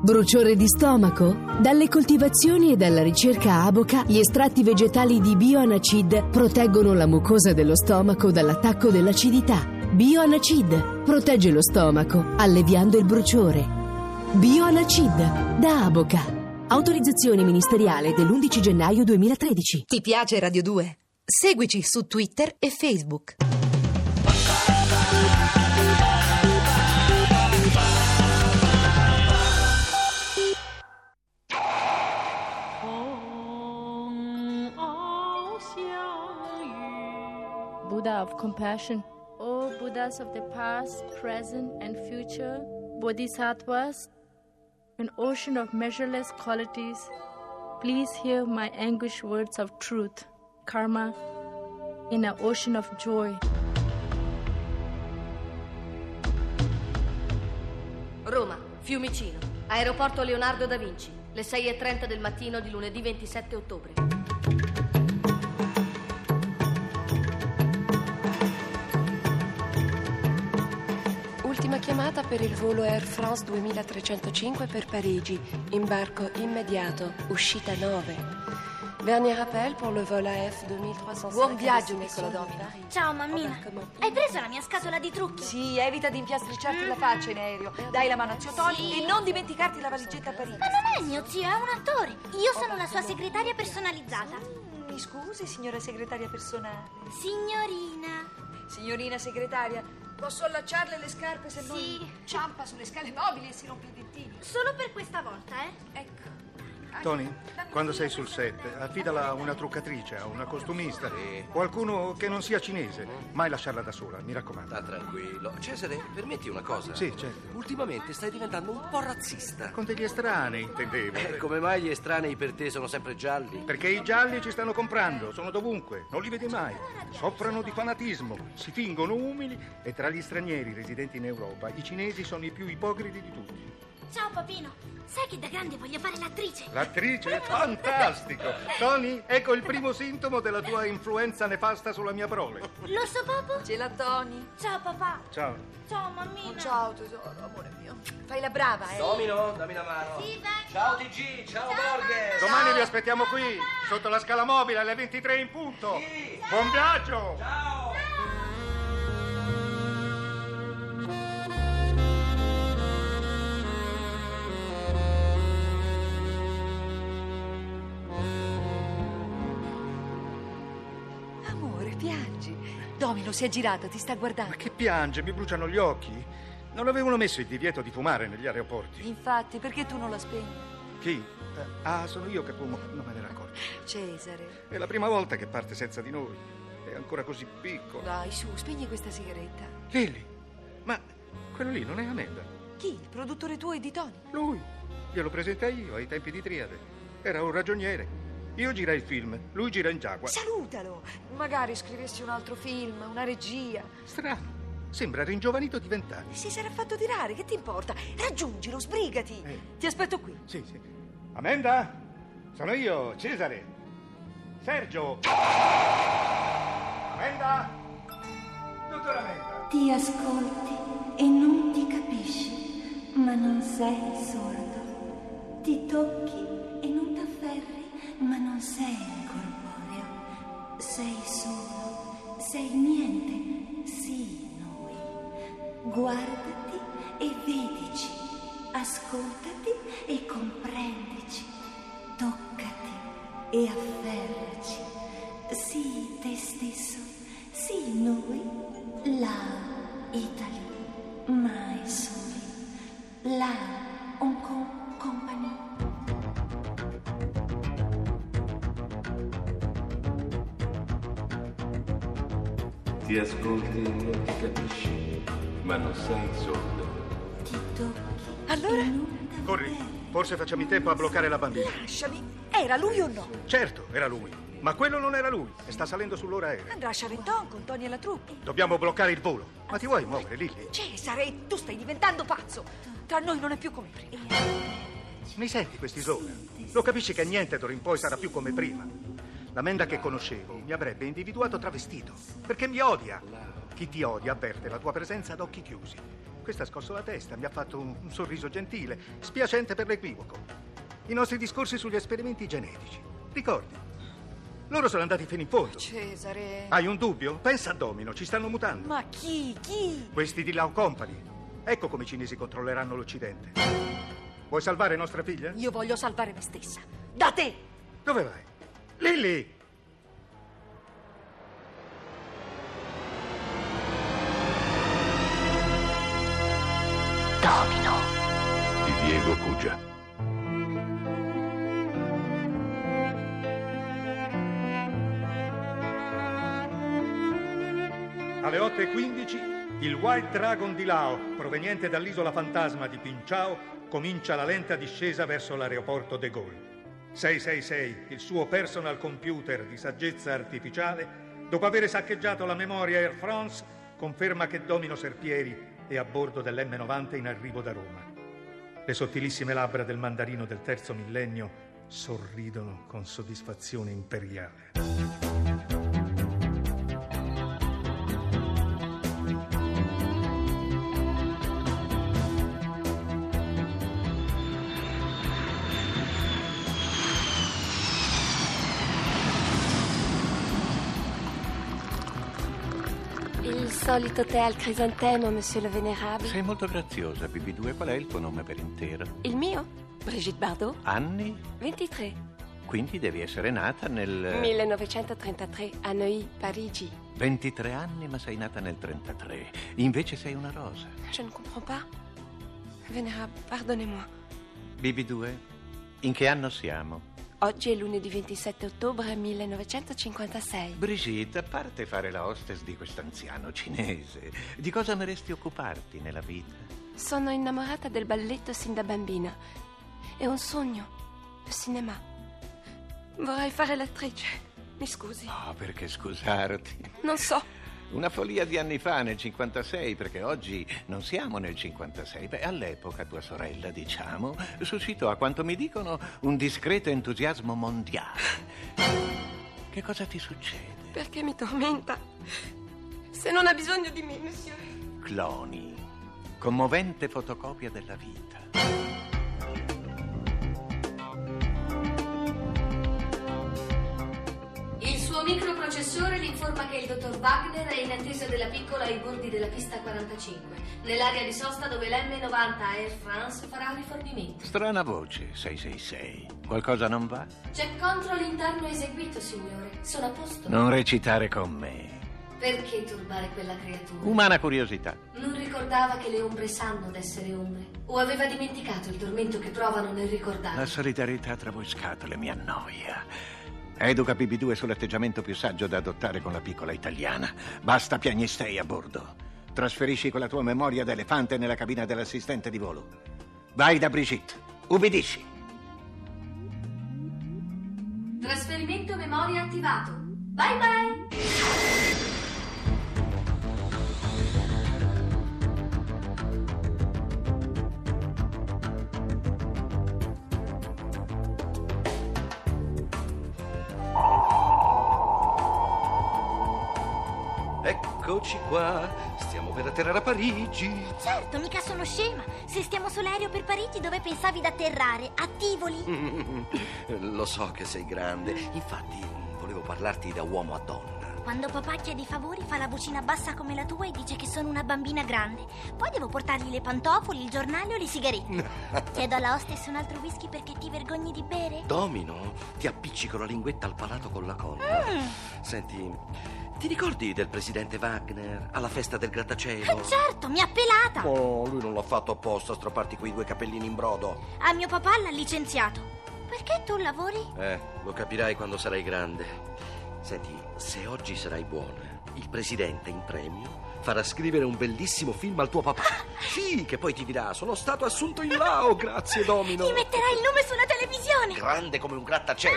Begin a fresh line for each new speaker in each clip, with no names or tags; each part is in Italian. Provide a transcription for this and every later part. Bruciore di stomaco? Dalle coltivazioni e dalla ricerca Aboca, gli estratti vegetali di Bioanacid proteggono la mucosa dello stomaco dall'attacco dell'acidità. Bioanacid protegge lo stomaco, alleviando il bruciore. Bioanacid da Aboca. Autorizzazione ministeriale dell'11 gennaio 2013.
Ti piace Radio 2? Seguici su Twitter e Facebook.
Buddha of compassion,
O Buddhas of the past, present, and future, Bodhisattvas, an ocean of measureless qualities, please hear my anguish words of truth, karma, in an ocean of joy.
Roma, Fiumicino, aeroporto Leonardo da Vinci, le 6.30 del mattino di lunedì 27 ottobre.
Ultima chiamata per il volo Air France 2305 per Parigi. Imbarco immediato, uscita 9. Dernier appel pour le vol AF 2305.
Buon viaggio, Nicola Domina.
Ciao mammina,
Embarquement.
hai preso la mia scatola di trucchi?
Sì, evita di impiastricciarti la faccia in aereo. Dai la mano a zio Tony
Sì.
e non dimenticarti la valigetta a Parigi.
Ma non è mio zio, è un attore. Io sono la sua segretaria personalizzata.
Mi scusi, signora segretaria personale.
Signorina.
Signorina segretaria, posso allacciarle le scarpe se non
Sì.
ciampa sulle scale mobili e si rompe i dentini?
Solo per questa volta, eh?
Ecco.
Tony, quando sei sul set, affidala a una truccatrice, a una costumista, qualcuno che non sia cinese. Mai lasciarla da sola, mi raccomando.
Sta tranquillo. Cesare, permetti una cosa?
Sì, certo.
Ultimamente stai diventando un po' razzista.
Con degli estranei, intendevo.
Eh, come mai gli estranei per te sono sempre gialli?
Perché i gialli ci stanno comprando, sono dovunque, non li vedi mai. Soffrono di fanatismo, si fingono umili e tra gli stranieri residenti in Europa i cinesi sono i più ipocriti di tutti.
Ciao papino, sai che da grande voglio fare l'attrice?
L'attrice è fantastico. Tony, ecco il primo sintomo della tua influenza nefasta sulla mia prole.
Lo so popo?
Ce la Tony.
Ciao papà.
Ciao.
Ciao mammina.
Ciao tesoro, amore mio. Fai la brava, eh.
Domino, dammi la mano.
Sì, vengo.
Ciao TG, ciao, Borghe.
Domani vi aspettiamo qui, sotto la scala mobile alle 23 in punto. Buon viaggio!
Amore, piangi. Domino si è girato, ti sta
Ma
guardando.
che piange, mi bruciano gli occhi. Non avevano messo il divieto di fumare negli aeroporti.
Infatti, perché tu non la spegni?
Chi? Eh, Ah, sono io che fumo, non me ne ero accorto.
Cioè. Cesare.
È la prima volta che parte senza di noi. È ancora così piccola.
Dai, su, spegni questa sigaretta.
Lily, ma quello lì non è Amanda.
Chi? Il produttore tuo e di Tony?
Lui. Glielo presentai io ai tempi di Triade. Era un ragioniere. Io girai il film, lui gira in Jaguar.
Salutalo! Magari scrivessi un altro film, una regia.
Strano. Sembra ringiovanito di vent'anni.
Si sarà fatto tirare, che ti importa? Raggiungilo, sbrigati!
Eh.
Ti aspetto qui.
Sì, sì. Amenda? Sono io, Cesare. Sergio. Amenda? Dottor Amenda.
Ti ascolti e non ti capisci, ma non sei sordo. Ti tocchi e non t'afferri, ma non sei incorporeo. Sei solo, sei niente, sì noi. Guardati e vedici, ascoltati e comprendici. Toccati e afferraci. Sii te stesso, sii noi, la Italy, mai soli, la Hong Kong Company.
Ti ascolti e non ti capisci, ma non sei sordo.
Ti tocchi
Allora?
e non t'afferri.
Corri, forse facciamo in tempo a bloccare la bambina.
Lasciami. Era lui o no?
Certo, era lui. Ma quello non era lui. E sta salendo sull'ora aerea.
Andrà a Charenton con Tony e la troupe.
Dobbiamo bloccare il volo. Ma ti vuoi muovere, Lily?
Cesare, tu stai diventando pazzo! Tra noi non è più come prima.
Mi senti quest'isona? Lo capisci che niente d'ora in poi sarà più come prima. La menda che conoscevo mi avrebbe individuato travestito, perché mi odia. Chi ti odia avverte la tua presenza ad occhi chiusi. Questa ha scosso la testa, mi ha fatto un, un sorriso gentile, spiacente per l'equivoco. I nostri discorsi sugli esperimenti genetici. Ricordi? Loro sono andati fino in fondo.
Cesare.
Hai un dubbio? Pensa a Domino, ci stanno mutando.
Ma chi? Chi?
Questi di Lao Company. Ecco come i cinesi controlleranno l'Occidente. Vuoi salvare nostra figlia?
Io voglio salvare me stessa. Da te!
Dove vai? Lilly!
Domino.
di Diego Cugia.
Alle 8.15 il White Dragon di Lao, proveniente dall'isola fantasma di Pinchao, comincia la lenta discesa verso l'aeroporto De Gaulle. 666, il suo personal computer di saggezza artificiale, dopo aver saccheggiato la memoria Air France, conferma che Domino Serpieri è a bordo dell'M90 in arrivo da Roma. Le sottilissime labbra del mandarino del terzo millennio sorridono con soddisfazione imperiale.
Il solito tè al crisantemo, monsieur le venerabile.
Sei molto graziosa, BB2. Qual è il tuo nome per intero?
Il mio? Brigitte Bardot,
Anni?
23.
Quindi devi essere nata nel...
1933 a Neuilly, Parigi.
23 anni, ma sei nata nel 33. Invece sei una rosa.
Je ne comprends pas. Venerabile, pardonnez-moi.
BB2, in che anno siamo?
Oggi è lunedì 27 ottobre 1956.
Brigitte, a parte fare la hostess di quest'anziano cinese, di cosa ameresti occuparti nella vita?
Sono innamorata del balletto sin da bambina. È un sogno. Il cinema. Vorrei fare l'attrice. Mi scusi.
Ah, perché scusarti?
Non so.
Una follia di anni fa, nel 56, perché oggi non siamo nel 56. Beh, all'epoca tua sorella, diciamo, suscitò, a quanto mi dicono, un discreto entusiasmo mondiale. Che cosa ti succede?
Perché mi tormenta? Se non ha bisogno di me, monsieur.
Cloni, commovente fotocopia della vita.
Il suo microprocessore gli informa che il dottor Wagner è in attesa della piccola ai bordi della pista 45, nell'area di sosta dove l'M90 Air France farà rifornimento.
Strana voce, 666. Qualcosa non va?
C'è control interno eseguito, signore. Sono a posto.
Non recitare con me.
Perché turbare quella creatura?
Umana curiosità.
Non ricordava che le ombre sanno d'essere ombre. O aveva dimenticato il tormento che provano nel ricordare.
La solidarietà tra voi scatole mi annoia. Educa BB2 sull'atteggiamento più saggio da adottare con la piccola italiana. Basta piagnistei a bordo. Trasferisci quella tua memoria d'elefante nella cabina dell'assistente di volo. Vai da Brigitte. Ubbidisci.
Trasferimento memoria attivato. Bye bye!
Eccoci qua, stiamo per atterrare a Parigi.
Certo, mica sono scema. Se stiamo sull'aereo per Parigi, dove pensavi di atterrare? A Tivoli?
Lo so che sei grande, infatti volevo parlarti da uomo a donna.
Quando papà chiede i favori, fa la vocina bassa come la tua e dice che sono una bambina grande. Poi devo portargli le pantofole, il giornale o le sigarette. Chiedo alla hostess un altro whisky perché ti vergogni di bere?
Domino, ti appiccico la linguetta al palato con la colla.
Mm.
Senti, ti ricordi del presidente Wagner alla festa del grattacielo?
Eh, Certo, mi ha pelata.
Oh, lui non l'ha fatto apposta a strapparti quei due capellini in brodo.
A mio papà l'ha licenziato. Perché tu lavori?
Eh, lo capirai quando sarai grande. Senti, se oggi sarai buona, il presidente in premio farà scrivere un bellissimo film al tuo papà. Sì, che poi ti dirà: Sono stato assunto in Lao, grazie, Domino.
Ti metterai il nome sulla televisione.
Grande come un grattacielo.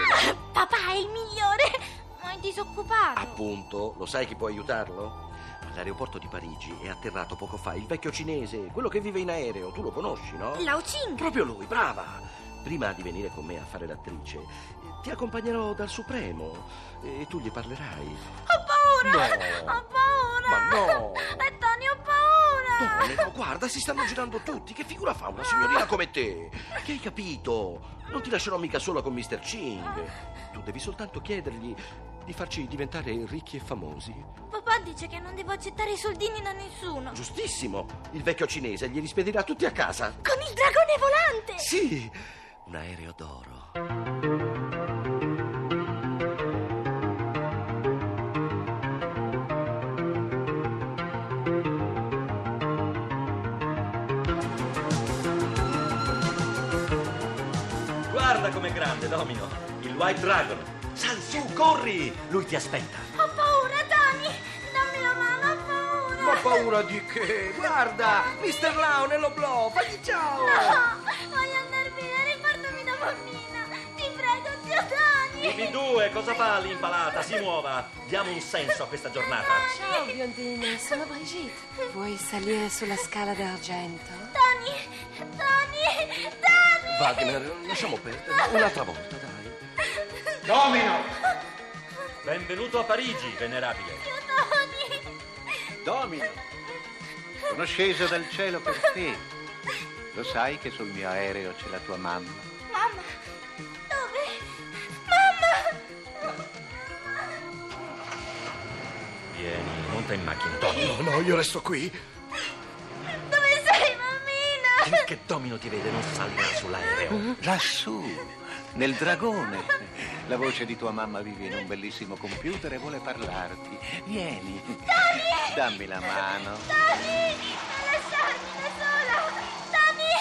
Papà è il migliore. Ma è disoccupato.
Appunto, lo sai chi può aiutarlo? All'aeroporto di Parigi è atterrato poco fa il vecchio cinese, quello che vive in aereo, tu lo conosci, no?
Lao Ching.
Proprio lui, brava! Prima di venire con me a fare l'attrice, eh, ti accompagnerò dal Supremo eh, e tu gli parlerai.
Ho paura.
No.
Ho paura.
Ma no!
Eh, Tony, ho paura.
Domenico, guarda, si stanno girando tutti. Che figura fa una signorina come te? Che hai capito? Non ti lascerò mica sola con Mr. Ching. Tu devi soltanto chiedergli di farci diventare ricchi e famosi.
Papà dice che non devo accettare i soldini da nessuno.
Giustissimo. Il vecchio cinese glieli spedirà tutti a casa.
Con il dragone volante!
Sì, un aereo d'oro.
Guarda com'è grande, Domino. Il White Dragon. Sansu, corri! Lui ti aspetta.
Ho paura, Tony! Dammi la mano, ho paura!
Ma paura di che? Guarda, Mr. Lau nell'oblò, fagli ciao!
No! Voglio andare via, riportami da bambina! Ti prego, zio Tony!
Dimmi due, cosa fa lì impalata? Si muova. Diamo un senso a questa giornata.
Ciao biondini, sono Brigitte. Vuoi salire sulla scala d'argento?
Tony! Tony! Tony!
Wagner, lasciamo perdere. Un'altra volta, dai.
Domino! Benvenuto a Parigi, venerabile.
Zio Tony!
Domino, sono sceso dal cielo per te. Lo sai che sul mio aereo c'è la tua mamma?
Mamma! Dove? Mamma!
Vieni, monta in macchina, Domino.
No, no, io resto qui.
Dove sei, mammina?
Che Domino ti vede, non salirà sull'aereo.
Lassù, nel dragone. La voce di tua mamma vive in un bellissimo computer e vuole parlarti. Vieni. Dammi la mano.
Tony! Non lasciarmi da sola! Tony!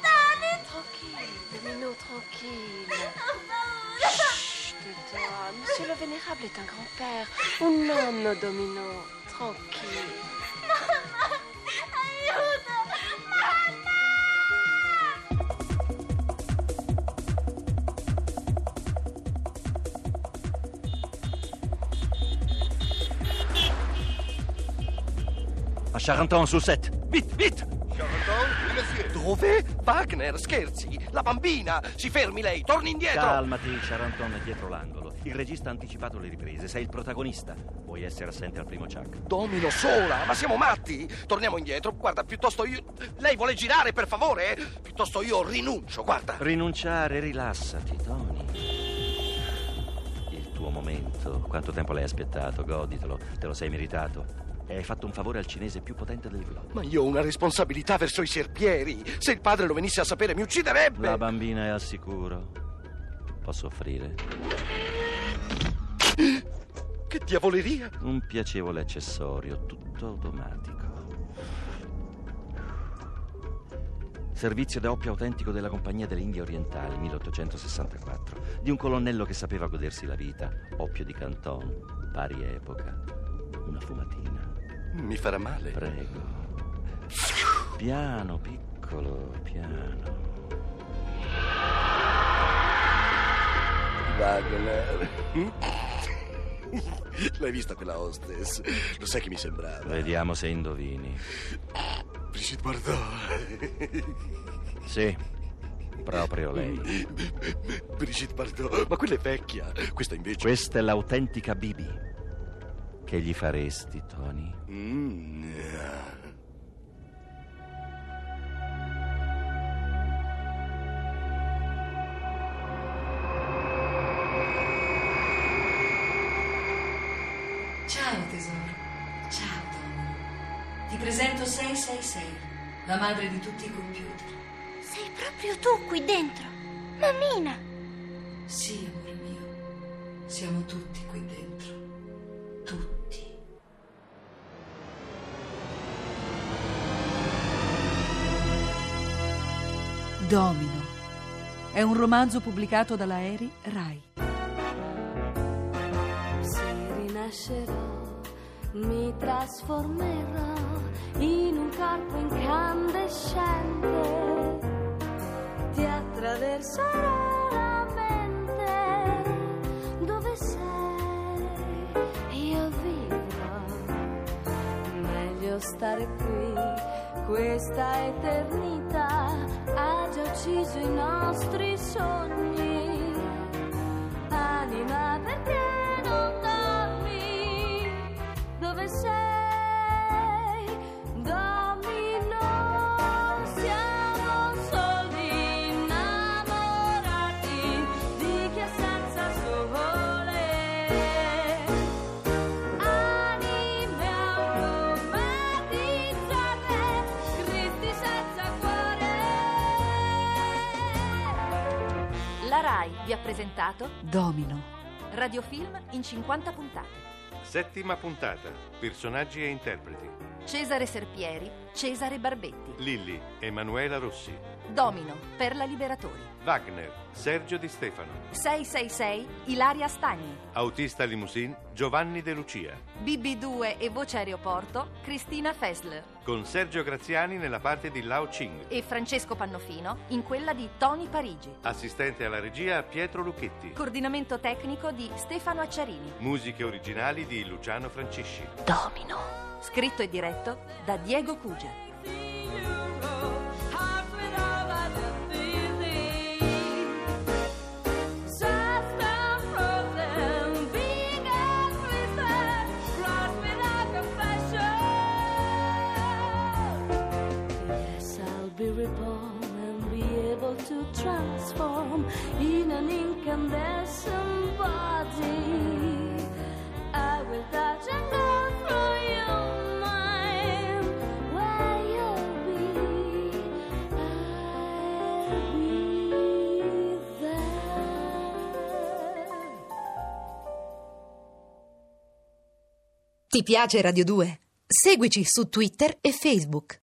Tony!
Tranquille, Domino, tranquille.
Ho paura!
Chut, tais-toi. Monsieur le Vénérable est un grand-père, un nonno, Domino. Tranquille.
Mamma! Aiuto! Mamma!
A Charenton-sur-Sette. Vite, vite!
Dove? Wagner, scherzi? La bambina! Si fermi lei, torni indietro!
Calmati, Charenton è dietro l'angolo. Il regista ha anticipato le riprese, sei il protagonista. Vuoi essere assente al primo chuck.
Domino sola, ma siamo matti! Torniamo indietro, guarda, piuttosto io. Lei vuole girare, per favore? Piuttosto io rinuncio, guarda!
Rinunciare, rilassati, Tony. Il tuo momento. Quanto tempo l'hai aspettato, goditelo. Te lo sei meritato. E hai fatto un favore al cinese più potente del globo.
Ma io ho una responsabilità verso i serpieri. Se il padre lo venisse a sapere, mi ucciderebbe!
La bambina è al sicuro. Posso offrire
Che diavoleria!
un piacevole accessorio, tutto automatico. Servizio da oppio autentico della Compagnia delle Indie Orientali 1864, di un colonnello che sapeva godersi la vita, oppio di Canton, pari epoca, una fumatina.
Mi farà male.
Prego. Piano, piccolo, piano.
Wagner. L'hai vista quella hostess? Lo sai che mi sembrava?
Vediamo se indovini.
Brigitte Bardot.
Sì, proprio lei.
Brigitte Bardot. Ma quella è vecchia. Questa invece.
Questa è l'autentica Bibi. Che gli faresti, Tony?
Mm.
Ciao tesoro. Ciao Domino. Ti presento 666, la madre di tutti i computer.
Sei proprio tu qui dentro! Mammina!
Sì, amore mio. Siamo tutti qui dentro. Tutti.
Domino. È un romanzo pubblicato dalla Eri Rai.
Se rinascerò, mi trasformerò in un corpo incandescente. Ti attraverserò la mente. Dove sei? Io vivrò. Meglio stare qui. Questa eternità ha già ucciso i nostri sogni. Anima perché non dormi? Dove sei? Dormi
La RAI vi ha presentato
Domino.
Radiofilm in 50 puntate.
Settima puntata. Personaggi e interpreti.
Cesare Serpieri, Cesare Barbetti.
Lilli, Emanuela Rossi.
Domino, Perla Liberatori.
Wagner, Sergio Di Stefano.
666, Ilaria Stagni.
Autista limousine, Giovanni De Lucia.
BB2 e Voce Aeroporto, Cristina Fessler.
Con Sergio Graziani nella parte di Lao Ching.
E Francesco Pannofino in quella di Tony Parigi.
Assistente alla regia Pietro Lucchetti.
Coordinamento tecnico di Stefano Acciarini.
Musiche originali di Luciano Francisci.
Domino. Scritto e diretto da Diego Cugia.
Yes, I'll be reborn and be able to transform in an incandescent body. I will touch and go through your mind where you'll be. I'll be there.
Ti piace Radio 2? Seguici su Twitter e Facebook.